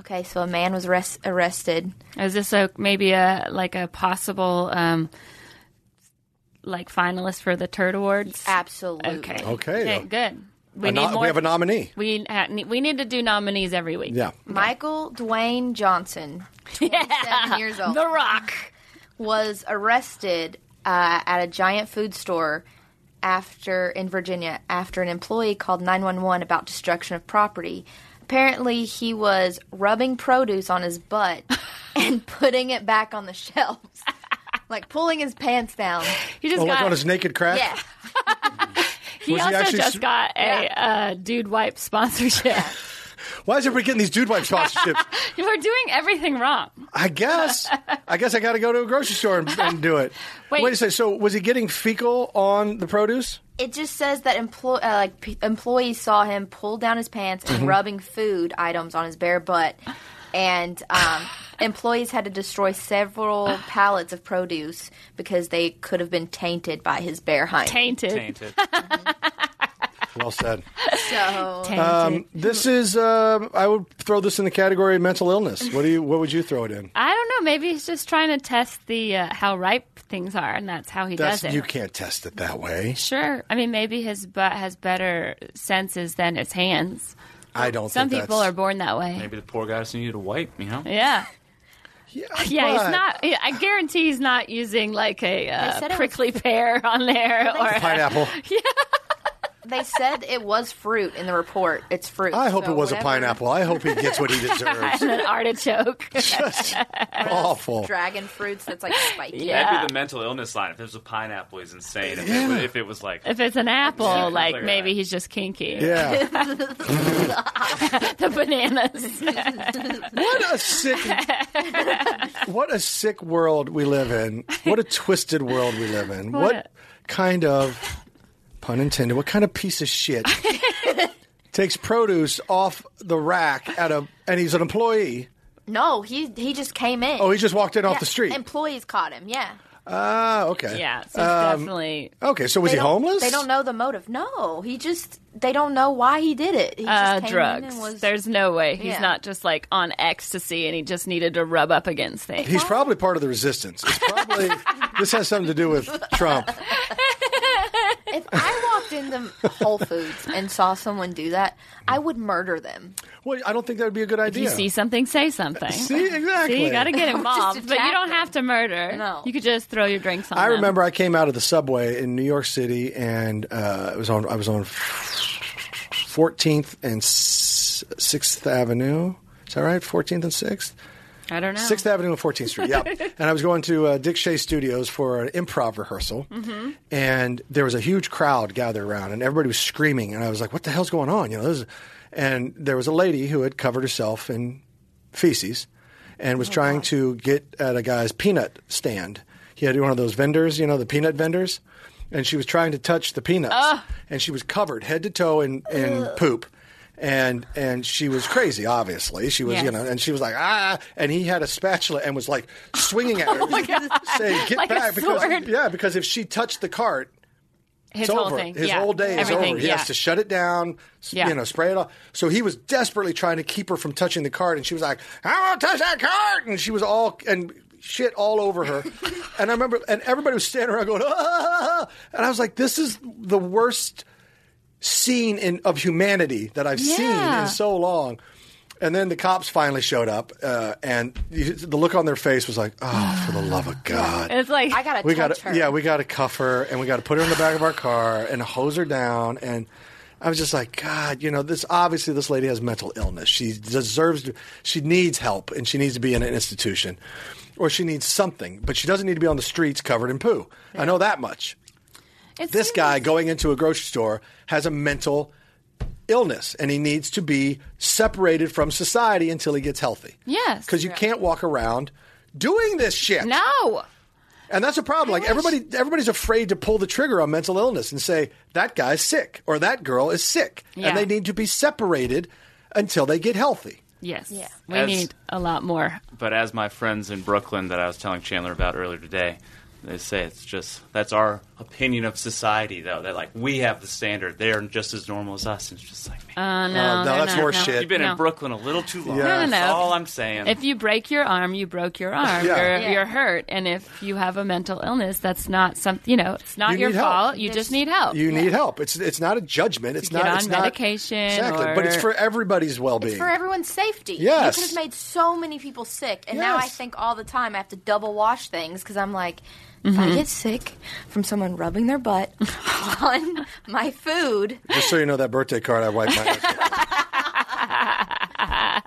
Okay, so a man was arrest- arrested. Is this a maybe a like a possible um, like finalist for the Turd Awards? Absolutely. Okay. Okay. good. We A no- need more. we have a nominee. We ha- ne- we need to do nominees every week. Yeah. Michael Dwayne Johnson, 27 years old, The Rock. was arrested uh, at a giant food store after in Virginia after an employee called 911 about destruction of property. Apparently, he was rubbing produce on his butt and putting it back on the shelves, like pulling his pants down. He just Oh, got. like on his naked crack? Yeah. he Was he also actually just s- got a uh, dude wipe sponsorship. Why is everybody getting these dude wipe sponsorships? We're doing everything wrong. I guess. I guess I got to go to a grocery store and, and do it. Wait. a second. So was he getting fecal on the produce? It just says that emplo- uh, like p- employees saw him pull down his pants Mm-hmm. and rubbing food items on his bare butt, and um, employees had to destroy several pallets of produce because they could have been tainted by his bare hind. Tainted. Tainted. Well said. so Tainted. Um, this is. um I would throw this in the category of mental illness. What do you? What would you throw it in? I don't know. Maybe he's just trying to test the uh, how ripe things are, and that's how he That's does it. you can't test it that way. Sure. I mean, maybe his butt has better senses than his hands. I don't. Some think people that's, are born that way. Maybe the poor guy just needed a wipe, you know? Yeah. Yeah, Yeah, but- he's not. yeah, I guarantee he's not using like a said uh, it was- prickly pear on there or a- pineapple. they said it was fruit in the report. It's fruit. I hope So it was a whatever. pineapple. I hope he gets what he deserves. an artichoke. Just awful. Dragon fruits that's like spiky. Yeah. That'd be the mental illness line. If it was a pineapple, he's insane. If, it, was, if it was like, if it's an apple, Yeah, like clear. maybe he's just kinky. Yeah. The bananas. What a sick What a sick world we live in. What a twisted world we live in. What, What kind of pun intended, what kind of piece of shit takes produce off the rack at a and he's an employee. No, he he just came in. Oh, he just walked in off the street. Employees caught him. Yeah. Ah, okay. Um, yeah, so it's definitely. Okay, so was They he don't- homeless? They don't know the motive. No, he just they don't know why he did it. He just Uh, came In drugs. and was, There's no way he's Yeah. not just like on ecstasy and he just needed to rub up against things. He's probably part of the resistance. It's probably this has something to do with Trump. if I walked into Whole Foods and saw someone do that, I would murder them. Well, I don't think that would be a good If idea. you see something, say something. See, exactly. See, you got to get involved, but you attack don't them. have to murder. No. you could just throw your drinks on. I them. remember I came out of the subway in New York City, and uh, it was on. I was on Fourteenth and Sixth Avenue. Is that right? Fourteenth and Sixth. I don't know. Sixth Avenue and Fourteenth Street. Yep. and I was going to uh, Dick Shea Studios for an improv rehearsal, and there was a huge crowd gathered around, and everybody was screaming, and I was like, "What the hell's going on?" You know, this is... and there was a lady who had covered herself in feces, and was trying to get at a guy's peanut stand. He had one of those vendors, you know, the peanut vendors, and she was trying to touch the peanuts, and she was covered head to toe in, in poop. And and she was crazy. Obviously, she was you Yes. know, and she was like ah, and he had a spatula and was like swinging at her, saying get Oh Like a back because sword. yeah, because if she touched the cart, his it's whole over. thing. His yeah. whole day is Everything, over. He yeah. has to shut it down. s- Yeah. You know, spray it off. So he was desperately trying to keep her from touching the cart, and she was like, "I won't touch that cart," and she was all and shit all over her. and I remember, and everybody was standing around going, "Ah!" and I was like, "This is the worst scene in of humanity that I've seen Yeah. in so long." And then the cops finally showed up, uh, and you- the look on their face was like, "Oh, for the love of God!" It's like I gotta we touch got her. yeah, we got to cuff her and we got to put her in the back of our car and hose her down. And I was just like, God, you know, this obviously this lady has mental illness. She deserves, to, she needs help, and she needs to be in an institution, or she needs something. But she doesn't need to be on the streets covered in poo. I know that much. It's This really- guy going into a grocery store has a mental illness, and he needs to be separated from society until he gets healthy. Yes. because you can't walk around doing this shit. No. And that's a problem. Like everybody, everybody's afraid to pull the trigger on mental illness and say that guy's sick or that girl is sick, Yeah. and they need to be separated until they get healthy. Yes. Yeah. We As- need a lot more. but as my friends in Brooklyn that I was telling Chandler about earlier today, They say it's just that's our opinion of society, though. That like we have the standard; they're just as normal as us. And it's just like, man, Oh, no, no, they're that's not, horse no. shit. you've been no. in Brooklyn a little too long. No, no, no. That's all I'm saying. If you break your arm, you broke your arm. Yeah. You're, Yeah. you're hurt, and if you have a mental illness, that's not some. You know, it's not You your need help. fault. You just need help. You need help. It's it's not a judgment. It's Oh, get not on it's not- medication exactly, but it's or- for everybody's well being. It's for everyone's safety. You Yes. could have made so many people sick. And now I Yes. think all the time I have to double wash things because I'm like, if Mm-hmm. I get sick from someone rubbing their butt on my food, Just so you know, that birthday card I wiped my. ass with.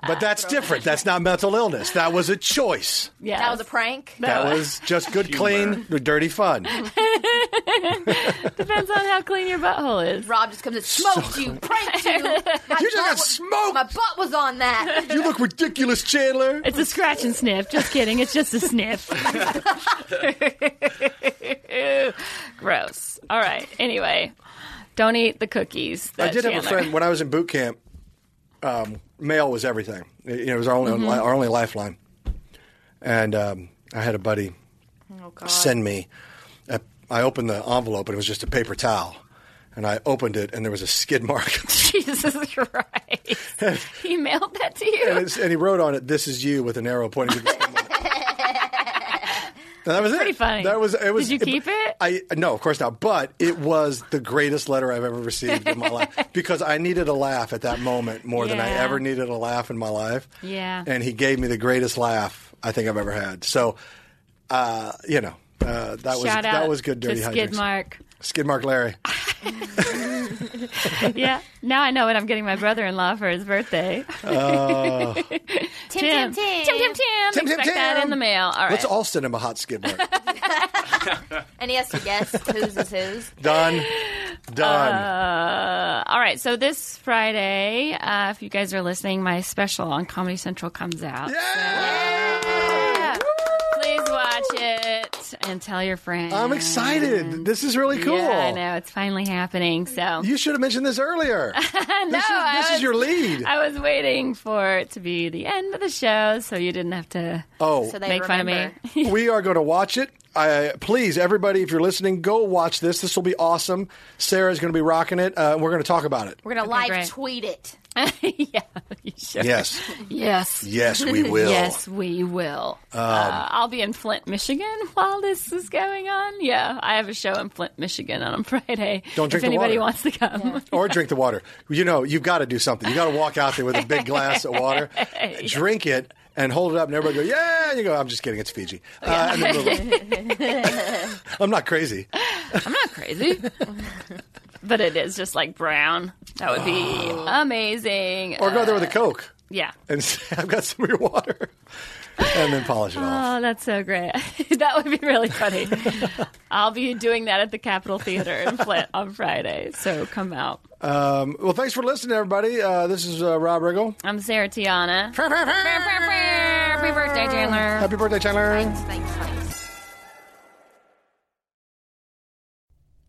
but that's different. That's not mental illness. That was a choice. Yes. that was a prank. That was just good, clean, dirty fun. Depends on how clean your butthole is. Rob just comes and smoked you, pranked you. My You butt just got was- smoked. My butt was on that. You look ridiculous, Chandler. It's a scratch and sniff. Just kidding. It's just a sniff. Gross. All right. Anyway, don't eat the cookies. I that did have a Chandler- friend when I was in boot camp. Um, mail was everything. It, you know, it was our only our only lifeline. And um, I had a buddy Oh, God. send me. A, I opened the envelope and it was just a paper towel. And I opened it and there was a skid mark. Jesus Christ. he mailed that to you. and, it's, and he wrote on it, "This is you" with an arrow pointing to the same one. And that was Pretty it. funny. That was it. Was Did you keep it? I no, of course not. But it was the greatest letter I've ever received in my life because I needed a laugh at that moment more than I Yeah. ever needed a laugh in my life. Yeah. And he gave me the greatest laugh I think I've ever had. So, uh, you know, uh, that was Shout out that was good. Dirty to Skid hijinks. Mark. Skid Mark Larry. Yeah. Now I know what I'm getting my brother-in-law for his birthday. Oh. Tim, Tim, Tim. Tim, Tim, Tim. Tim, Tim, Expect that Tim. in the mail. All right. Let's all send him a hot Skid Mark. And he has to guess whose is whose. Done. Done. Uh, All right. So this Friday, uh, if you guys are listening, my special on Comedy Central comes out. Yeah. Please watch it and tell your friends. I'm excited. This is really cool. Mm. Yeah, I know. It's finally happening. So You should have mentioned this earlier. I know. this is, I this is was- your lead. I was waiting for it to be the end of the show so you didn't have to oh, So they make fun of me. remember. we are going to watch it. I, please, everybody, if you're listening, go watch this. This will be awesome. Sarah's going to be rocking it. Uh, we're going to talk about it. We're going to Okay, live great. tweet it. yeah, you should. Yes, Yes. yes, we will. Um, Yes, we will. uh, I'll be in Flint, Michigan while this is going on. Yeah, I have a show in Flint, Michigan on Friday. Don't drink if the anybody water. wants to come. Or drink the water. You know, you've got to do something. You got to walk out there with a big glass of water, drink it, and hold it up, and everybody go, "Yeah!" And you go, "I'm just kidding. It's Fiji." Uh, and then we'll- I'm not crazy. I'm not crazy. but it is just like brown. That would be amazing. Oh. Or go there with a coke. yeah. and say, I've got some of your water. And then polish it off. Oh, that's so great. that would be really funny. I'll be doing that at the Capitol Theater in Flint on Friday. So come out. Um, well, thanks for listening, everybody. Uh, this is uh, Rob Riggle. I'm Sarah Tiana. Happy birthday, Chandler. Happy birthday, Chandler. Thanks, thanks.